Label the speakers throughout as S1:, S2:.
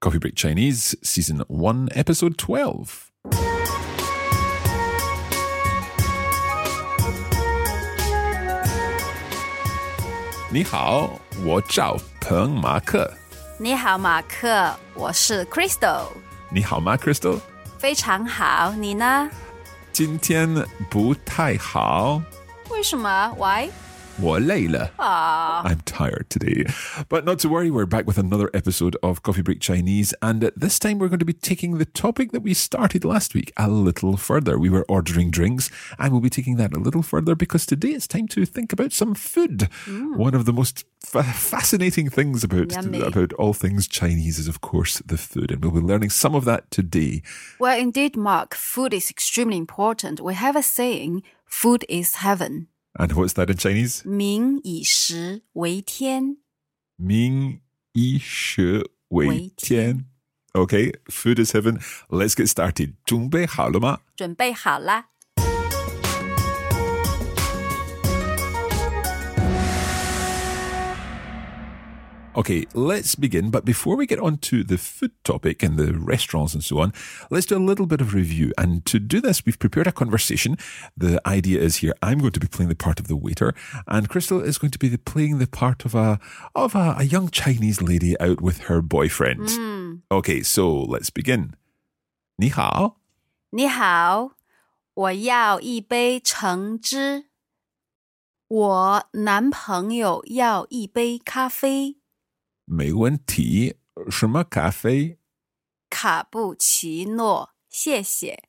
S1: Coffee Break Chinese, Season 1, Episode 12. Ni hao, wo zhao peng ma ke.
S2: 你好，马克，我是 Crystal，
S1: Ni hao ma, Crystal?
S2: 非常好，你呢？
S1: Jin tian bu tai hao.
S2: 为什么？Why？
S1: Wo lei le. I'm tired today. But not to worry, we're back with another episode of Coffee Break Chinese. And at this time, we're going to be taking the topic that we started last week a little further. We were ordering drinks, and we'll be taking that a little further because today it's time to think about some food. One of the most fa- fascinating things about,
S2: Yummy.
S1: about all things Chinese is, of course, the food. And we'll be learning some of that today.
S2: Well, indeed, Mark, food is extremely important. We have a saying, "Food is heaven."
S1: And what's that in Chinese?
S2: 民以食为天。
S1: Ming Yi Shi Wei
S2: 为天。
S1: Tian. Okay, food is heaven. Let's get started. 准备好了吗?
S2: 准备好啦！
S1: Okay, let's begin. But before we get on to the food topic and the restaurants and so on, let's do a little bit of review. And to do this, we've prepared a conversation. The idea is here I'm going to be playing the part of the waiter, and Crystal is going to be the, playing the part of a of a, a young Chinese lady out with her boyfriend.
S2: Mm. 嗯
S1: Okay, so let's begin. 你好,
S2: 你好，我要一杯橙汁。我男朋友要一杯咖啡，
S1: 没问题,什么咖啡?
S2: 卡布奇诺，谢谢。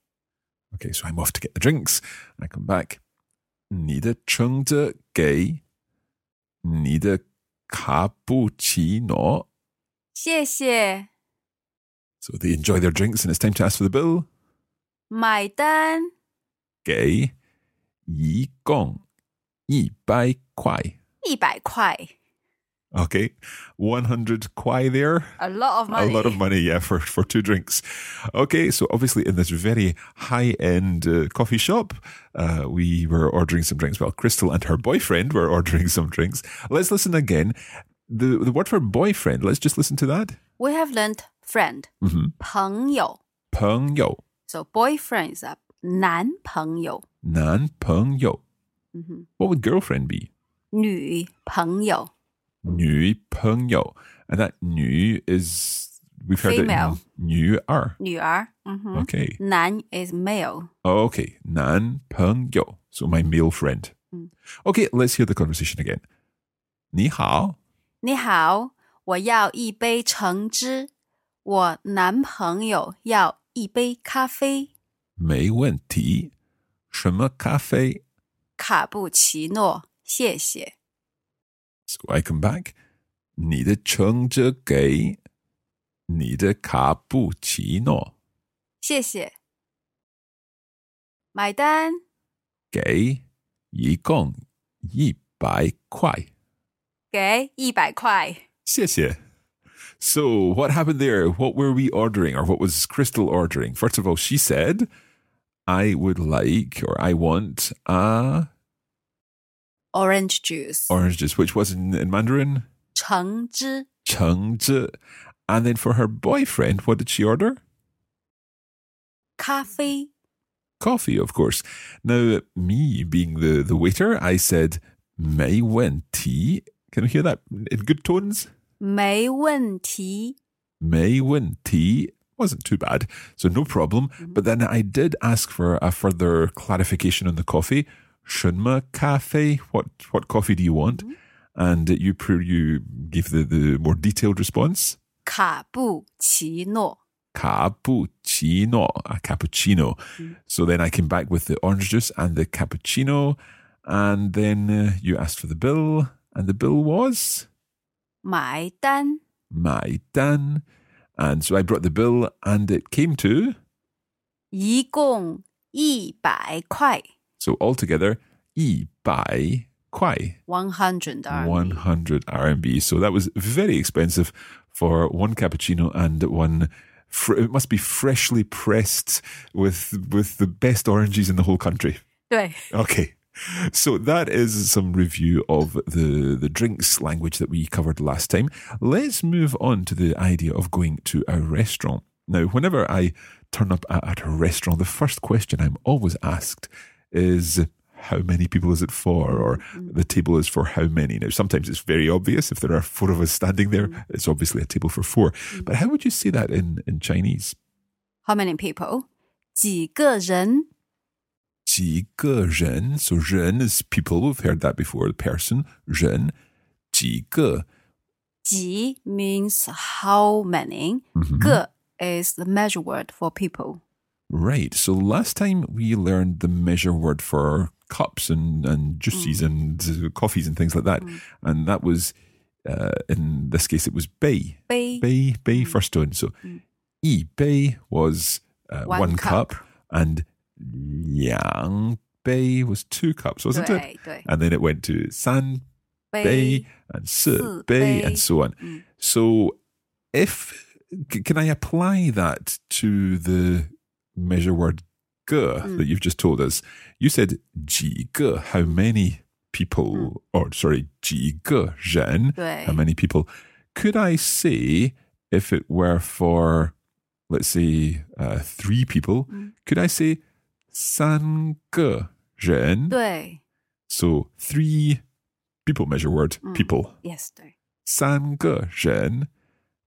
S1: Okay, so I'm off to get the drinks. I come back. 你的橙子给你的卡布奇诺。
S2: 谢谢，
S1: So they enjoy their drinks and it's time to ask for the bill.
S2: 买单。
S1: 给一共一百块。
S2: 一百块
S1: Okay, 100 kwai there.
S2: ，a lot of money，
S1: A lot of money, yeah, for, for two drinks. Okay, so obviously in this very high end uh, coffee shop, uh, we were ordering some drinks. Well, Crystal and her boyfriend were ordering some drinks. Let's listen again. The, the word for boyfriend, let's just listen to that. Mm-hmm.
S2: We have learned friend，、朋友
S1: Peng yo.
S2: ，so boyfriend is a 男朋友，
S1: Nan peng yo.
S2: 嗯哼，
S1: What would girlfriend be?
S2: 女朋友
S1: Nu peng yo. And that nu is, we've heard
S2: Female. Mm-hmm.
S1: it. Nu er.
S2: 女儿，嗯哼
S1: Okay.
S2: 男 is male，
S1: Okay, 男朋友. So my male friend.
S2: Mm.
S1: Okay, let's hear the conversation again. 你好,
S2: 你好，我要一杯橙汁，我男朋友要一杯咖啡，
S1: 没问题.什么咖啡?
S2: 卡布奇诺，谢谢。
S1: So I come back. 你的橙子给你的卡布奇诺。
S2: 谢谢。买单，
S1: 给一共一百块。
S2: 给一百块。
S1: 谢谢. So, what happened there? What were we ordering, or what was Crystal ordering? First of all, she said, I would like, or I want a
S2: Orange juice，
S1: orange juice, which was in, in Mandarin,
S2: 橙汁，
S1: 橙子. And then for her boyfriend, what did she order?
S2: 咖啡，
S1: Coffee, of course. Now, me being the, the waiter, I said, Mei Wen Tea. Can we hear that in good tones?
S2: 没问题。
S1: May win tea wasn't too bad, so no problem. But then I did ask for a further clarification on the coffee. Shunma cafe, what what coffee do you want? And you pre- you gave the, the more detailed response.
S2: 卡布奇诺，
S1: Cappuccino, a cappuccino. So then I came back with the orange juice and the cappuccino, and then uh, you asked for the bill, and the bill was
S2: 买单。
S1: my dan. And so I brought the bill and it came to,
S2: 一共一百块
S1: so altogether, e by kwai,
S2: ，one hundred RMB。
S1: 100 RMB. So that was very expensive for one cappuccino and one. Fr- it must be freshly pressed with with the best oranges in the whole country.
S2: 对，
S1: Okay. So that is some review of the, the drinks language that we covered last time. Let's move on to the idea of going to a restaurant. Now, whenever I turn up at, at a restaurant, the first question I'm always asked is how many people is it for? Or the table is for how many? Now, sometimes it's very obvious. If there are four of us standing there, it's obviously a table for four. But how would you say that in, in Chinese?
S2: How many people？几个人？
S1: 几个人. So 人 is people. We've heard that before. The person. 人.几个.
S2: 几 means how many，、个 is the measure word for people。
S1: Right. So last time we learned the measure word for cups and, and juices and uh, coffees and things like that. And that was, uh, in this case, it was bei. Mm.
S2: 杯
S1: Bei, bei first tone. So yi bei was uh, one,
S2: One
S1: cup.
S2: cup.
S1: and yang bei was two cups, wasn't it?
S2: 对对，
S1: And then it went to san bay
S2: 杯
S1: and si
S2: si
S1: bay
S2: bei.
S1: and so on. So if c- can I apply that to the measure word ge that you've just told us? You said ji ge, how many people or sorry, ji ge zhen,
S2: 对
S1: how many people. Could I say if it were for let's say uh, three people, could I say san ge zhen?
S2: 对
S1: So three people measure word people.
S2: ，yes 对
S1: San ge zhen.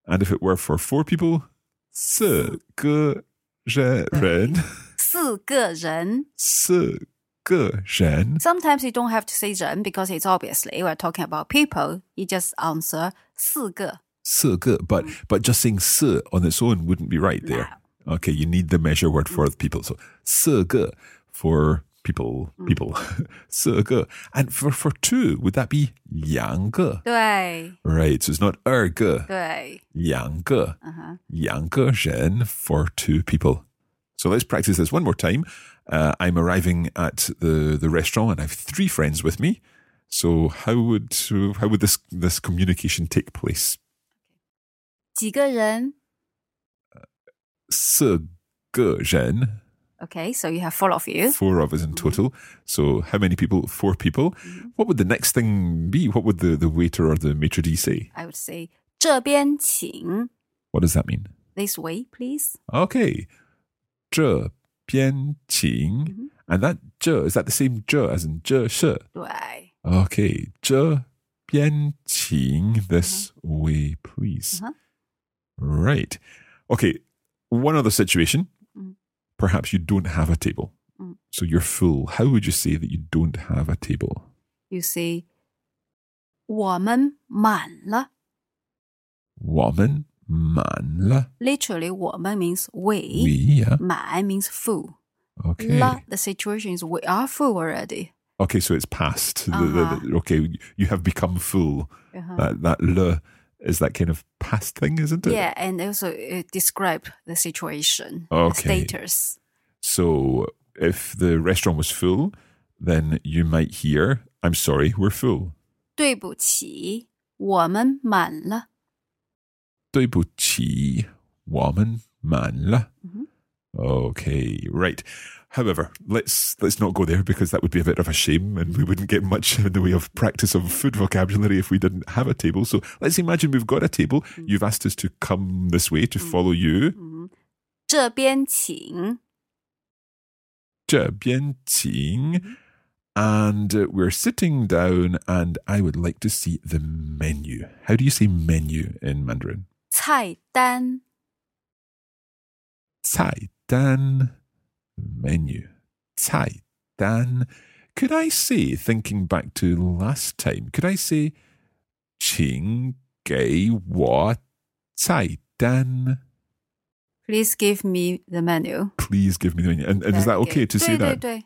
S1: And if it were for four people, se ge zhen.
S2: 四个人。
S1: Se ge zhen.
S2: Sometimes you don't have to say 人 because it's obviously we're talking about people. You just answer 四个
S1: Se ge. But but just saying se on its own wouldn't be right there. Okay, you need the measure word for the people. So se ge for people people. Se ge. And for for two, would that be yang ge?
S2: 对
S1: Right. So it's not er ge.
S2: 对，
S1: 两个，
S2: 嗯哼，
S1: uh for two people. So let's practice this one more time. Uh, I'm arriving at the, the restaurant and I have three friends with me. So how would so how would this this communication take place?
S2: 几个人
S1: 四个人,
S2: Okay, so you have four of you.
S1: four of us in total. So how many people? Four people. What would the next thing be? What would the, the waiter or the maitre d say?
S2: I would say 这边请
S1: What does that mean?
S2: this way, please.
S1: Okay. 这边请.
S2: Mm-hmm.
S1: And that 这, is that the same 这 as in 这是?
S2: 对
S1: Okay. 这边请 this way, please.
S2: Uh-huh.
S1: Right. Okay. One other situation.
S2: Mhm.
S1: Perhaps you don't have a table.
S2: Mm.
S1: So you're full. How would you say that you don't have a table?
S2: ，you see，我们满了。
S1: Woman, man, la,
S2: Literally, 我们 means
S1: we,
S2: we.
S1: yeah.
S2: 满 means full.
S1: Okay.
S2: Eh? La, the situation is we are full already.
S1: Okay, so it's past. The- the- the-
S2: Uh-huh.
S1: okay, you have become full.
S2: Uh-huh.
S1: That that le is that kind of past thing, isn't it?
S2: Yeah, and also it described the situation, the
S1: Okay.
S2: status.
S1: So if the restaurant was full, then you might hear, "I'm sorry, we're full."
S2: 对不起，我们满了。
S1: 对不起, woman, man la. Okay, right. However, let's let's not go there because that would be a bit of a shame, and we wouldn't get much in the way of practice of food vocabulary if we didn't have a table. So let's imagine we've got a table. You've asked us to come this way to follow you.
S2: 这边请。
S1: 这边请. And uh, we're sitting down, and I would like to see the menu. How do you say menu in Mandarin?
S2: 菜单
S1: Cai Dan menu. Cai Dan. Could I say, thinking back to last time, could I say, Qing Gei Wa Cai Dan?
S2: Please give me the menu.
S1: Please give me the menu. And, and is that okay to say
S2: 对对
S1: that?
S2: 对，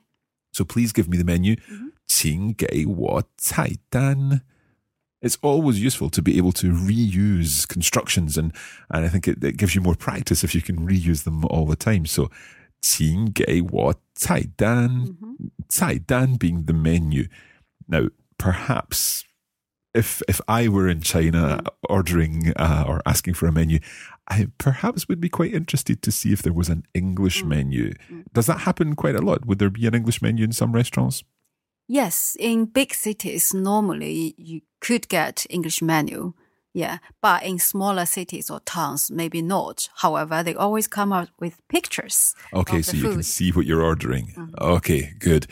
S1: So please give me the menu. 请给我菜单. It's always useful to be able to reuse constructions, and, and I think it, it gives you more practice if you can reuse them all the time. So, 请给我菜单, dan being the menu. Now, perhaps if if I were in
S2: Hmm.
S1: China ordering uh, or asking for a menu, I perhaps would be quite interested to see if there was an
S2: Hmm.
S1: English menu. Does that happen quite a lot? Would there be an English menu in some restaurants?
S2: Yes, in big cities, normally you could get English menu. Yeah, but in smaller cities or towns, maybe not. However, they always come out with pictures.
S1: Okay,
S2: of
S1: so
S2: the
S1: you can
S2: food. Uh-huh.
S1: see what you're ordering. Okay, good.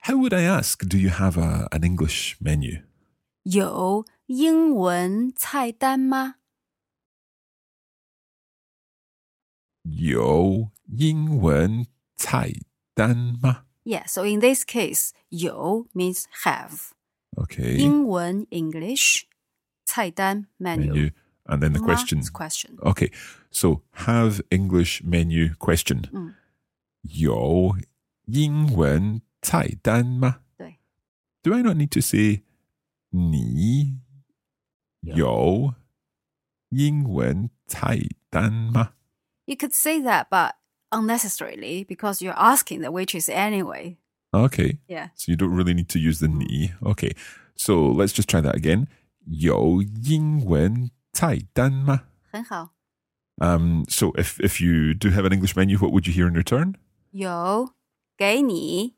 S1: How would I ask? Do you have a, an English menu?
S2: 有英文菜单吗？
S1: 有英文菜单吗?
S2: Yeah, so in this case, 有 means have.
S1: Okay.
S2: 英文 English 菜单 menu.
S1: menu. And then the
S2: 吗
S1: question.
S2: is question.
S1: Okay. So have English menu question.
S2: 嗯，
S1: 有英文菜单吗?
S2: 对，
S1: Do I not need to say 你有英文菜单吗?
S2: you could say that, but unnecessarily because you're asking the waitress anyway.
S1: Okay.
S2: Yeah.
S1: So you don't really need to use the ni. Okay. So let's just try that again. 有英文菜单吗?
S2: 很好，
S1: Um, so if, if you do have an English menu, what would you hear in return?
S2: 有给你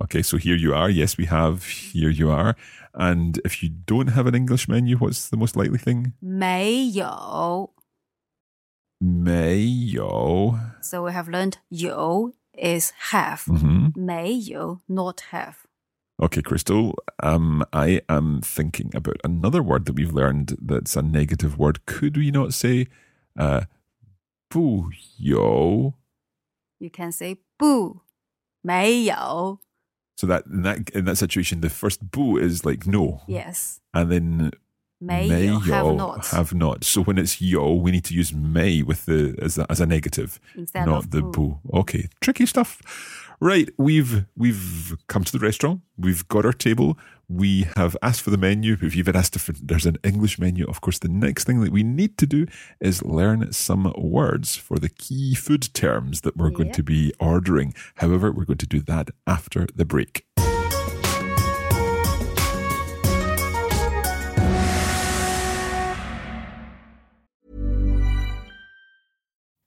S1: Okay, so here you are. Yes, we have. Here you are. And if you don't have an English menu, what's the most likely thing?
S2: 没有
S1: 没有.
S2: So we have learned 有 is have.
S1: hmm
S2: 没有 not have.
S1: Okay, Crystal. Um, I am thinking about another word that we've learned that's a negative word. Could we not say, uh, 不有?
S2: You can say 不没有
S1: So that in that in that situation, the first 不 is like no,
S2: Yes.
S1: and then
S2: 没有 have not.
S1: have not. So when it's yo, we need to use may with the as a, as a negative,
S2: Instead
S1: not
S2: of
S1: the boo. Okay, tricky stuff. Right, we've we've come to the restaurant. We've got our table. We have asked for the menu. We've even asked if there's an English menu. Of course, the next thing that we need to do is learn some words for the key food terms that we're going to
S2: Yeah.
S1: be ordering. However, we're going to do that after the break.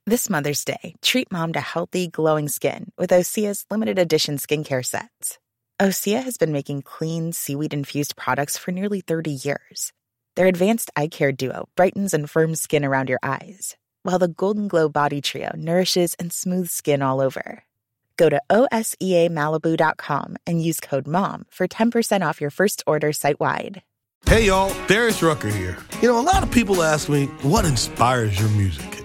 S3: This Mother's Day, treat mom to healthy, glowing skin with Osea's limited edition skincare sets. Osea has been making clean, seaweed infused products for nearly 30 years. Their advanced eye care duo brightens and firms skin around your eyes, while the Golden Glow Body Trio nourishes and smooths skin all over. Go to E OSEAMalibu.com and use code MOM for 10% off your first order site wide.
S4: Hey y'all, Darius Rucker here. You know, a lot of people ask me, what inspires your music?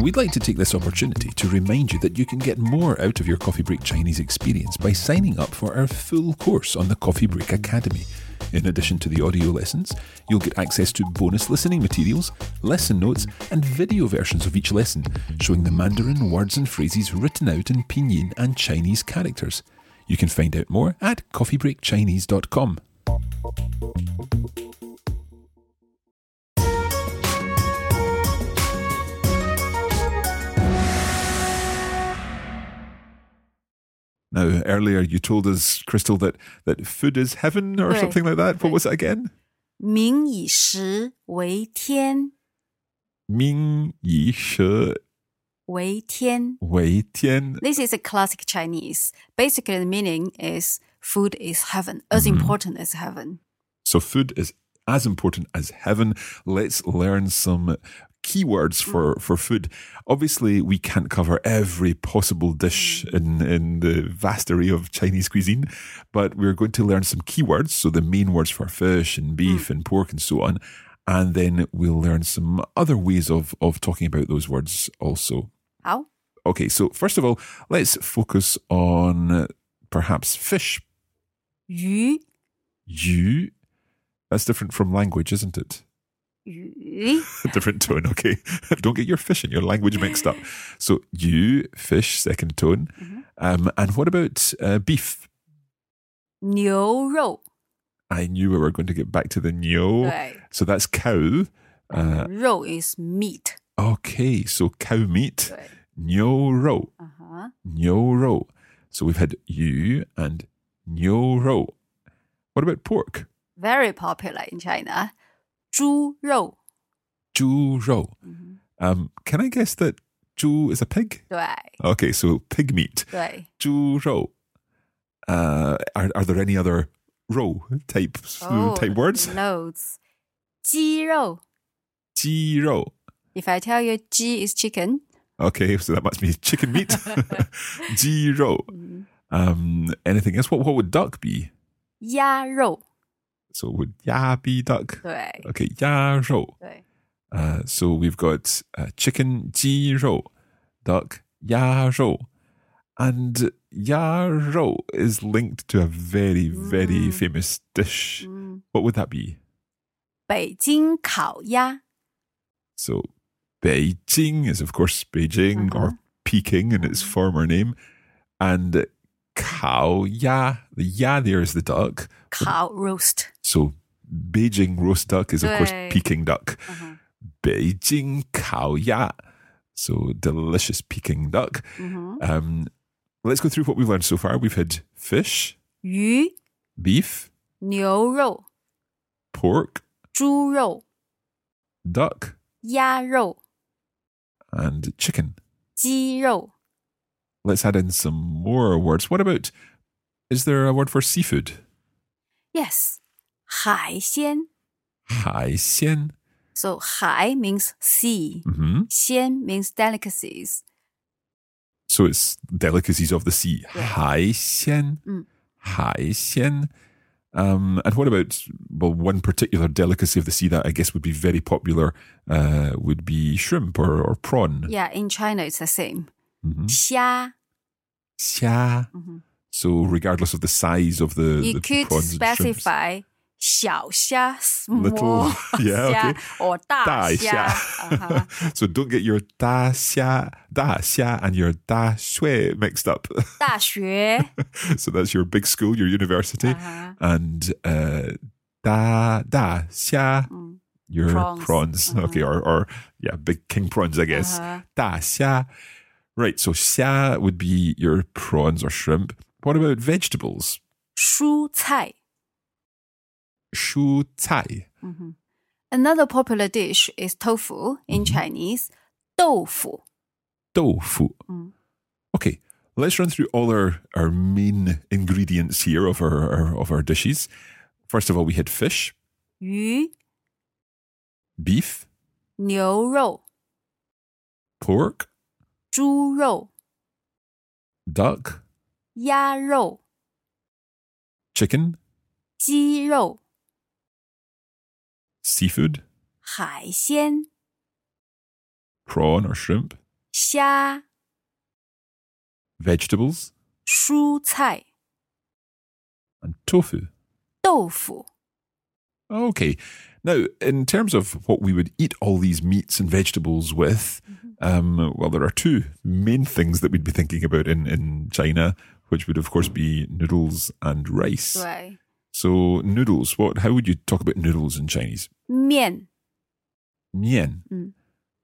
S1: We'd like to take this opportunity to remind you that you can get more out of your Coffee Break Chinese experience by signing up for our full course on the Coffee Break Academy. In addition to the audio lessons, you'll get access to bonus listening materials, lesson notes, and video versions of each lesson, showing the Mandarin words and phrases written out in pinyin and Chinese characters. You can find out more at coffeebreakchinese.com. Now, earlier you told us, Crystal, that, that food is heaven or
S2: Right.
S1: something like that. What
S2: Right.
S1: was it again?
S2: 民以食为天，
S1: Ming Yi Shi
S2: 为天。
S1: Wei Tian.
S2: This is a classic Chinese. Basically, the meaning is food is heaven, as
S1: Mm-hmm.
S2: important as heaven.
S1: So food is as important as heaven. Let's learn some keywords for, for food. Obviously, we can't cover every possible dish in, in the vast array of Chinese cuisine, but we're going to learn some keywords. So the main words for fish and beef and pork and so on. And then we'll learn some other ways of, of talking about those words also.
S2: How?
S1: Okay, so first of all, let's focus on uh, perhaps fish.
S2: Yu,
S1: You. That's different from language, isn't it?
S2: yu.
S1: different tone. Okay, don't get your fish and your language mixed up. So you fish second tone,
S2: Mm-hmm.
S1: um, and what about uh, beef?
S2: 牛肉,
S1: I knew we were going to get back to the nyo.
S2: Right.
S1: So that's cow. Uh,
S2: 肉 is meat.
S1: okay, so cow meat,
S2: Right.
S1: nyo ro,
S2: Uh-huh.
S1: nyo ro. So we've had you and nyo ro. What about pork?
S2: Very popular in China. 猪肉,
S1: Ju ro.
S2: Mm-hmm.
S1: Um, can I guess that ju is a pig?
S2: 对,
S1: Okay, so pig meat.
S2: 对.
S1: Zhu Rou. Uh, are, are there any other row type
S2: Oh,
S1: type words?
S2: Loads. 鸡肉.
S1: Ji Rou.
S2: If I tell you 鸡 is chicken,
S1: Okay, so that must be chicken meat. Ji Rou.
S2: Mm.
S1: Um, anything else? What what would duck be?
S2: 鸭肉.
S1: So would ya be duck?
S2: 对,
S1: Okay, ya rou.
S2: 对.
S1: Uh, so we've got uh, chicken ji rou, duck ya rou, and ya rou is linked to a very very
S2: Mm.
S1: famous dish.
S2: 嗯,
S1: What would that be?
S2: 北京烤鸭.
S1: So Beijing is, of course, Beijing
S2: Uh-huh.
S1: or Peking in its former name. And Kao Ya, the Ya there is the duck.
S2: 烤 roast.
S1: So Beijing roast duck is, of course,
S2: Right.
S1: Peking duck.
S2: Uh-huh.
S1: Beijing Kao Ya. So delicious Peking duck.
S2: Mhm.
S1: Um, let's go through what we've learned so far. We've had fish,
S2: 鱼,
S1: beef,
S2: 牛肉,
S1: pork,
S2: 猪肉,
S1: duck,
S2: 鸭肉,
S1: and chicken.
S2: 鸡肉,
S1: Let's add in some more words. What about, is there a word for seafood?
S2: yes, 海鲜.
S1: 海鲜.
S2: So 海 means sea,
S1: hmm
S2: 鲜 means delicacies.
S1: So it's delicacies of the sea.
S2: Yeah.
S1: 海鲜.
S2: Mm.
S1: 海鲜. Um, and what about well, one particular delicacy of the sea that I guess would be very popular uh, would be shrimp or, or prawn.
S2: Yeah, in China it's the same.
S1: Mhm.
S2: 虾,
S1: Xia.
S2: Mhm.
S1: So regardless of the size of the,
S2: you
S1: the
S2: could
S1: prawns and shrimps.
S2: specify 小虾,
S1: Little-
S2: small
S1: yeah,
S2: 虾
S1: okay.
S2: or 大虾. Ah, Uh-huh.
S1: so don't get your da xia, da xia, and your da shui mixed up.
S2: 大学,
S1: so that's your big school, your university,
S2: Uh-huh.
S1: and uh, da da xia,
S2: Mm.
S1: your prawns,
S2: Prawns. Uh-huh.
S1: okay, or or yeah, big king prawns, I guess.
S2: Uh-huh.
S1: Da xia, right? So xia would be your prawns or shrimp. What about vegetables?
S2: 蔬菜.
S1: Shu tai,
S2: Mhm. Another popular dish is tofu in Chinese. 豆腐.
S1: tofu.
S2: Mm.
S1: Okay, let's run through all our, our main ingredients here of our, our of our dishes. First of all, we had fish,
S2: 鱼,
S1: beef,
S2: 牛肉,
S1: pork,
S2: 猪肉,
S1: duck,
S2: 鸭肉,
S1: chicken,
S2: 鸡肉,
S1: seafood,
S2: 海鲜,
S1: prawn or shrimp,
S2: 虾、
S1: vegetables,
S2: 蔬菜、
S1: and tofu.
S2: 豆腐。
S1: Okay. Now, in terms of what we would eat all these meats and vegetables with,
S2: Mm-hmm.
S1: um, well, there are two main things that we'd be thinking about in, in China, which would, of course, be noodles and rice.
S2: Right.
S1: So, noodles, what? how would you talk about noodles in Chinese?
S2: 面
S1: Mian.
S2: Mm.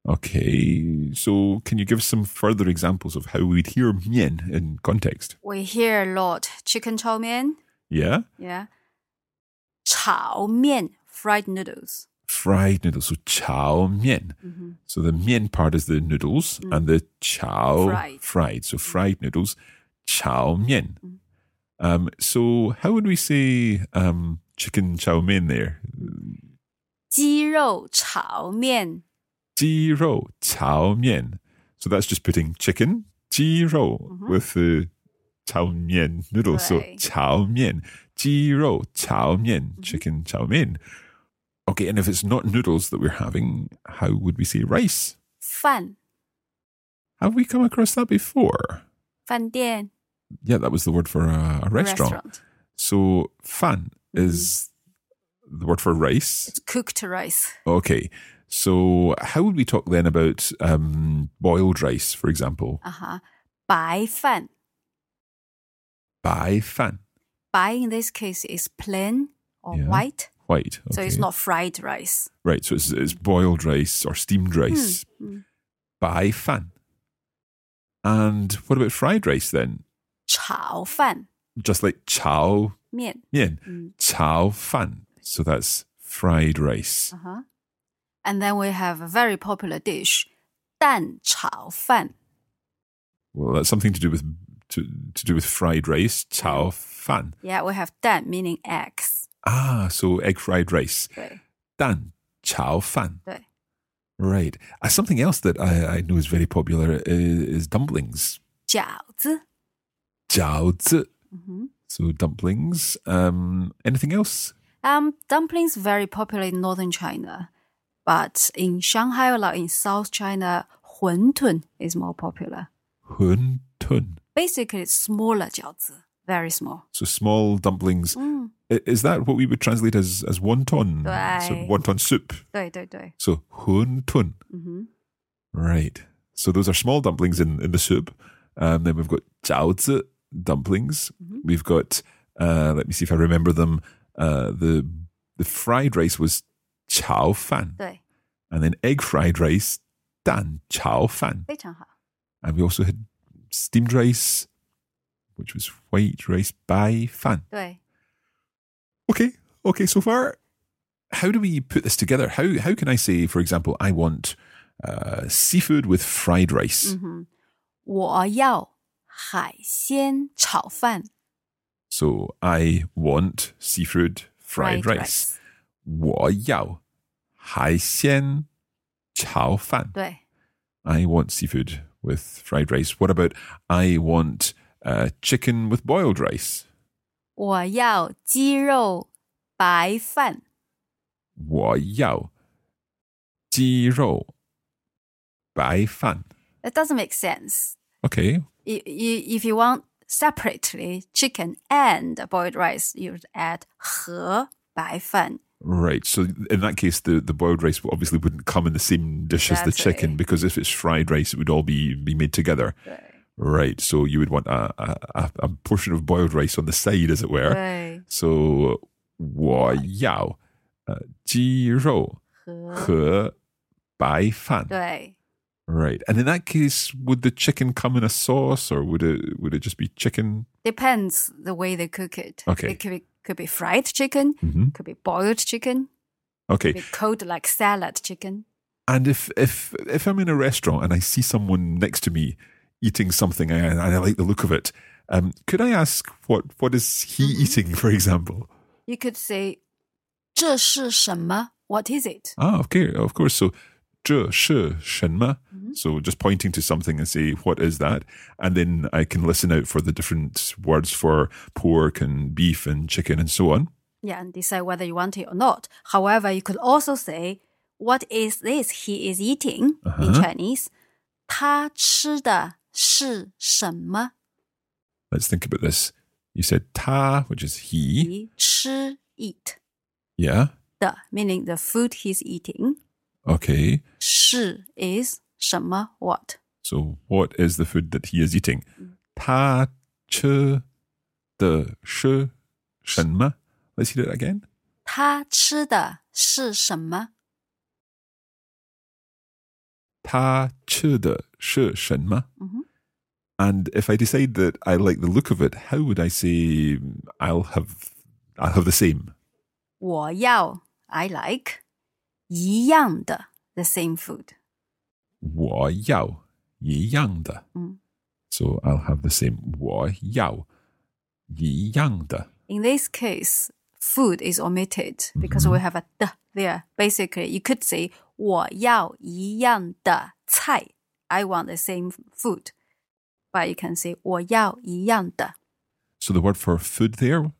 S1: Okay. So, can you give some further examples of how we'd hear mian in context?
S2: we hear a lot. Chicken 炒面
S1: Yeah.
S2: yeah. 炒面 fried noodles.
S1: fried noodles. So chow mian.
S2: Mm-hmm.
S1: So the mian part is the noodles and the chow
S2: Mm. Fried. Mm.
S1: So fried noodles, chow mian. Um, so how would we say um, chicken chow mein there?
S2: 鸡肉炒面
S1: Ji rou chow mian. So that's just putting chicken ji rou with the chow mian noodles. So
S2: Mm-hmm. Right. Mm-hmm.
S1: chow mian, ji rou chow mian, chicken chow mein. Okay, and if it's not noodles that we're having, how would we say rice?
S2: 饭
S1: Have we come across that before?
S2: 饭店
S1: Yeah, that was the word for a, a restaurant. So fan is
S2: Mm-hmm.
S1: the word for rice.
S2: It's cooked rice.
S1: Okay. So how would we talk then about um, boiled rice, for example?
S2: Uh huh. 白饭
S1: Bai fan.
S2: 白 in this case is plain or
S1: Yeah.
S2: white,
S1: White.
S2: so it's
S1: okay.
S2: not fried rice.
S1: Right. So it's, it's boiled rice or
S2: Hmm.
S1: steamed rice. Bai fan. And what about fried rice then?
S2: 炒饭
S1: Just like chow
S2: 面
S1: mian.
S2: Mm.
S1: Chow fan. So that's fried rice.
S2: Uh huh. And then we have a very popular dish, 蛋炒饭.
S1: Well, that's something to do with to, to do with fried rice. Chow fan.
S2: Yeah, we have 蛋 meaning eggs.
S1: Ah, so egg fried rice.
S2: 对
S1: Dan chow fan.
S2: 对
S1: Right. Uh, something else that I, I know is very popular is, is dumplings.
S2: 饺子
S1: Jiaozi.
S2: Mhm.
S1: So dumplings. Um, anything else?
S2: Um, dumplings very popular in northern China, but in Shanghai or like in South China, 馄饨 is more popular.
S1: Hun tun.
S2: Basically, it's smaller 饺子, very small.
S1: So small dumplings.
S2: Mm,
S1: I- Is that what we would translate as, as wonton? So
S2: Right.
S1: wonton soup.
S2: 对对对
S1: So hun tun.
S2: Mhm.
S1: Right. So those are small dumplings in, in the soup. Um, then we've got jiaozi dumplings. We've got, uh, let me see if I remember them. Uh, the the fried rice was chao fan,
S2: 对，
S1: and then egg fried rice dan chao fan,
S2: 非常好。
S1: and we also had steamed rice, which was white rice bai fan.
S2: 对，
S1: Okay, okay. So far, how do we put this together? How how can I say, for example, I want uh, seafood with fried rice?
S2: 嗯哼，我要海鲜炒饭
S1: So I want seafood fried,
S2: fried
S1: rice. 我要海鲜炒饭.
S2: 对
S1: I want seafood with fried rice. What about I want uh, chicken with boiled rice?
S2: 我要鸡肉白饭，
S1: 我要鸡肉白饭.
S2: that doesn't make sense.
S1: Okay.
S2: I- i- If you want separately chicken and boiled rice, you'd add 和白饭。
S1: Right. So in that case, the, the boiled rice obviously wouldn't come in the same dish as the
S2: That's
S1: chicken
S2: right.
S1: because if it's fried rice, it would all be, be made together.
S2: 对
S1: Right. So you would want a, a, a- a portion of boiled rice on the side, as it were.
S2: 对，
S1: So, 我要, uh, 鸡肉
S2: 和
S1: 和白饭.
S2: 对
S1: Right. And in that case, would the chicken come in a sauce or would it would it just be chicken?
S2: depends the way they cook it.
S1: Okay.
S2: it could be could be fried chicken,
S1: Mhm.
S2: could be boiled chicken, could
S1: Okay.
S2: be cold like salad chicken.
S1: And if if if I'm in a restaurant and I see someone next to me eating something and I, and I like the look of it, um, could I ask what what is he eating, for example?
S2: You could say 这是什么？What is it?
S1: Ah, okay, of course. So, 这是什么? So, just pointing to something and say, what is that? And then I can listen out for the different words for pork and beef and chicken and so on.
S2: Yeah, and decide whether you want it or not. However, you could also say, "What is this he is eating?" in
S1: Uh-huh.
S2: Chinese. 他吃的是什么?
S1: Let's think about this. You said ta, which is he.
S2: 吃 eat
S1: Yeah.
S2: 的 meaning the food he's eating.
S1: Okay.
S2: 是 is 什么 what?
S1: So, what is the food that he is eating? Ta che de shi shenma. Let's hear it again.
S2: 他吃的是什么?
S1: Ta che de shi shenma.
S2: Mhm.
S1: And if I decide that I like the look of it, how would I say I'll have I'll have the same?
S2: 我要 I like 一样的 the same food.
S1: 我要一样的.
S2: Mm.
S1: So I'll have the same. 我要一样的.
S2: In this case, food is omitted because we have a the there. Basically, you could say 我要一样的菜. I want the same food. But you can say 我要一样的
S1: So the word for food there,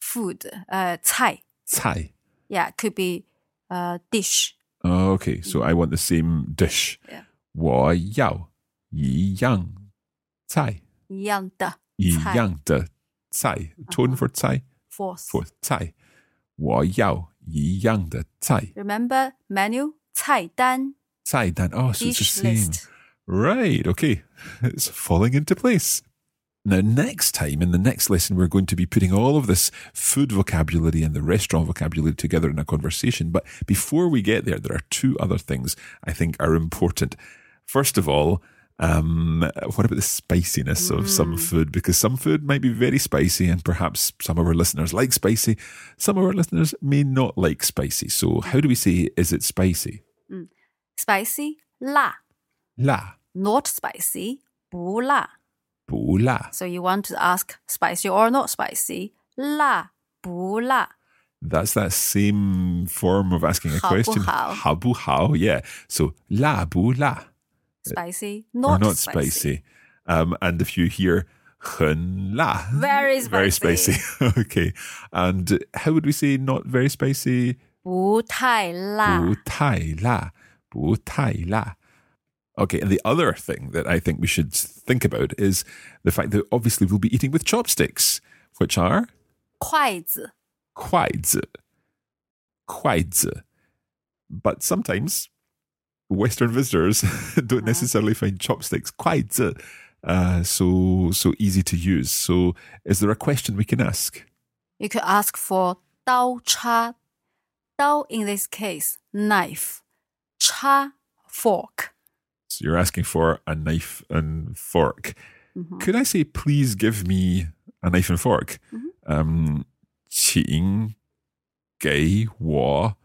S2: food, uh, 菜.
S1: 菜.
S2: Yeah, could be uh, dish.
S1: Oh, okay. So I want the same dish.
S2: Yeah.
S1: 我要一样菜，
S2: 一样的
S1: 一样的菜。Tone
S2: Uh-huh.
S1: for 菜
S2: Fourth.
S1: for 菜。我要一样的菜。菜单。
S2: Remember menu 菜单
S1: Oh, so it's the
S2: dish
S1: same.
S2: list.
S1: Right. Okay. It's falling into place. Now, next time in the next lesson, we're going to be putting all of this food vocabulary and the restaurant vocabulary together in a conversation. But before we get there, there are two other things I think are important. First of all, um, what about the spiciness of some food? Because some food might be very spicy, and perhaps some of our listeners like spicy. Some of our listeners may not like spicy. So, how do we say, is it spicy?
S2: Spicy 辣
S1: La,
S2: not spicy 不辣
S1: bu la.
S2: So you want to ask spicy or not spicy 辣不辣
S1: That's that same form of asking a
S2: 好不好？
S1: question. bu hao, yeah. So la bu la,
S2: spicy
S1: or
S2: not,
S1: not spicy. Um, and if you hear hun la,
S2: Very
S1: very
S2: spicy.
S1: spicy. okay. And how would we say not very spicy?
S2: 不太辣
S1: Bu tai la, bu tai la. Okay, and the other thing that I think we should think about is the fact that obviously we'll be eating with chopsticks, which are
S2: 筷子
S1: 筷子,筷子. But sometimes Western visitors don't necessarily find chopsticks 筷子 uh, so so easy to use. So is there a question we can ask?
S2: You could ask for 刀叉 Dao in this case knife 叉 fork
S1: So you're asking for a knife and fork.
S2: Mm-hmm.
S1: Could I say please give me a knife and fork? Um, 请给我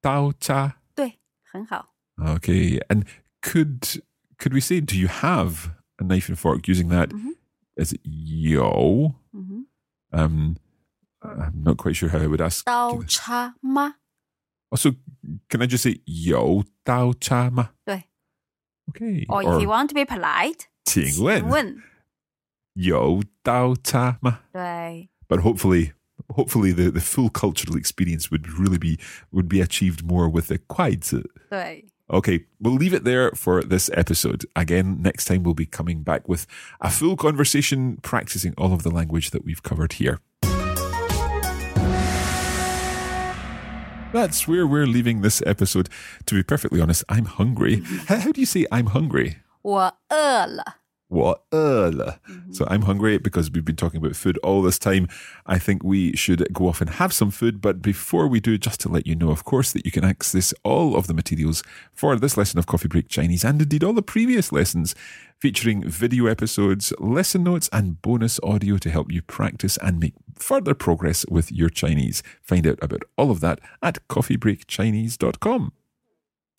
S1: 刀叉。
S2: 对，很好。
S1: Okay, and could could we say, do you have a knife and fork using that? Is
S2: Mhm.
S1: it yo?
S2: Mhm.
S1: Um, I'm not quite sure how I would ask. this.
S2: 刀叉吗？
S1: Also, can I just say yo dao cha ma?
S2: 对。
S1: Okay.
S2: Or, Oh, if you want to be polite,
S1: 请问
S2: 问
S1: yo dao cha ma?
S2: 对
S1: But hopefully, hopefully the, the full cultural experience would really be would be achieved more with the kwaidzi.
S2: 对
S1: Okay, we'll leave it there for this episode. Again, next time we'll be coming back with a full conversation practicing all of the language that we've covered here. That's where we're leaving this episode. To be perfectly honest, I'm hungry. How, how do you say I'm hungry?
S2: 我饿了，
S1: What? So I'm hungry because we've been talking about food all this time. I think we should go off and have some food. But before we do, just to let you know, of course, that you can access all of the materials for this lesson of Coffee Break Chinese and indeed all the previous lessons featuring video episodes, lesson notes, and bonus audio to help you practice and make further progress with your Chinese. Find out about all of that at coffeebreakchinese.com.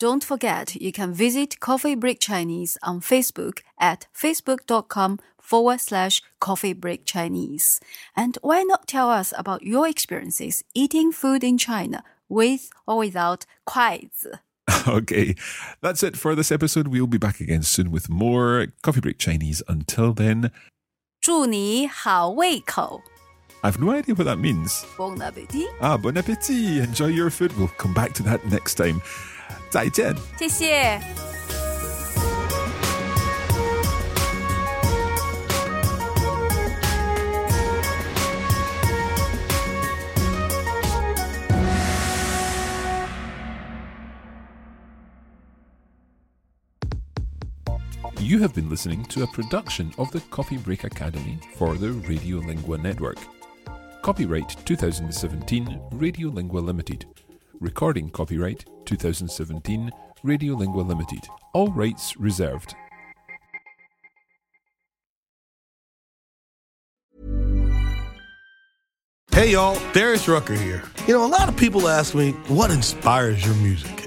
S2: Don't forget, you can visit Coffee Break Chinese on Facebook at facebook.com forward slash coffee break Chinese. And why not tell us about your experiences eating food in China with or without 筷子
S1: Okay, that's it for this episode. We'll be back again soon with more Coffee Break Chinese. Until then,
S2: 祝你好胃口
S1: I've no idea what that means.
S2: ，Bon appetit！
S1: Ah, bon appetit! Enjoy your food. We'll come back to that next time. 再见!
S2: 谢谢。
S1: You have been listening to a production of the Coffee Break Academy for the Radiolingua Network. Copyright 2017 Radiolingua Limited. Recording copyright 2017 Radiolingua Limited. All rights reserved.
S4: Hey y'all, Darius Rucker here. You know, a lot of people ask me, what inspires your music?